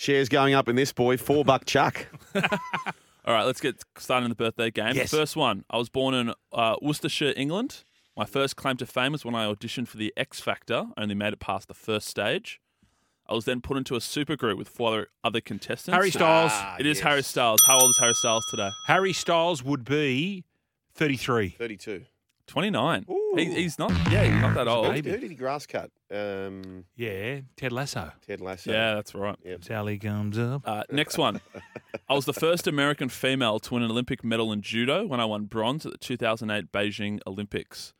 Shares going up in this boy, four buck chuck. All right, let's get started in the birthday game. Yes. First one. I was born in uh, Worcestershire, England. My first claim to fame was when I auditioned for the X Factor. I only made it past the first stage. I was then put into a supergroup with four other- other contestants. Harry Styles. It is Harry Styles. How old is Harry Styles today? Harry Styles would be 33. 32. 29. Ooh. He, he's not. Yeah, he's not that Who old. who did he grass cut? Um, Yeah, Ted Lasso. Ted Lasso. Yeah, that's right. Sally comes up. Uh, next one. I was the first American female to win an Olympic medal in judo when I won bronze at the 2008 Beijing Olympics.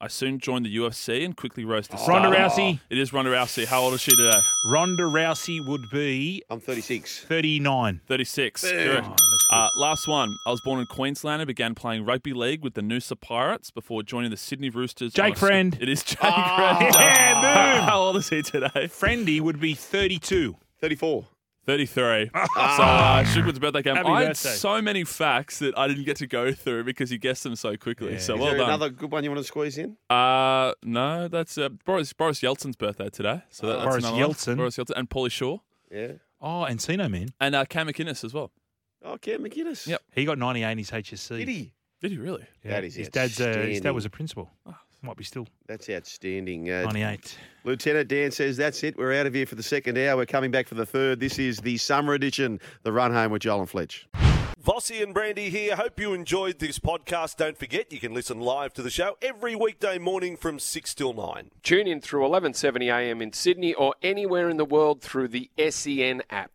I soon joined the UFC and quickly rose to stardom. Ronda Rousey. It is Ronda Rousey. How old is she today? Ronda Rousey would be I'm 36. 39. 36. Oh, Correct. Uh, last one. I was born in Queensland and began playing rugby league with the Noosa Pirates before joining the Sydney Roosters. on Jake a- Friend. It is Jake Ah. Friend. yeah, boom. How old is he today? Friendy would be 32. 34. 33. so, uh, Shugman's birthday game. Happy I had birthday. so many facts that I didn't get to go through because you guessed them so quickly. So, Is well there done. another good one you want to squeeze in? Uh, no, that's uh, Boris Boris Yeltsin's birthday today. So that, that's Boris another one. Yeltsin. Boris Yeltsin, and Paulie Shaw, Yeah. Oh, Encino Man. and uh, Cam McInnes as well. Oh, Cam McGuinness. Yep. He got 98 in his HSC. Did he? Did he really? Yeah, That is his dad's. Uh, his dad outstanding. was a principal. Might be still That's outstanding. Uh, 98. Lieutenant Dan says that's it. We're out of here for the second hour. We're coming back for the third. This is the summer edition, the run home with Joel and Fletch. Vossi and Brandy here. Hope you enjoyed this podcast. Don't forget you can listen live to the show every weekday morning from 6 till 9. Tune in through 1170am in Sydney or anywhere in the world through the SEN app.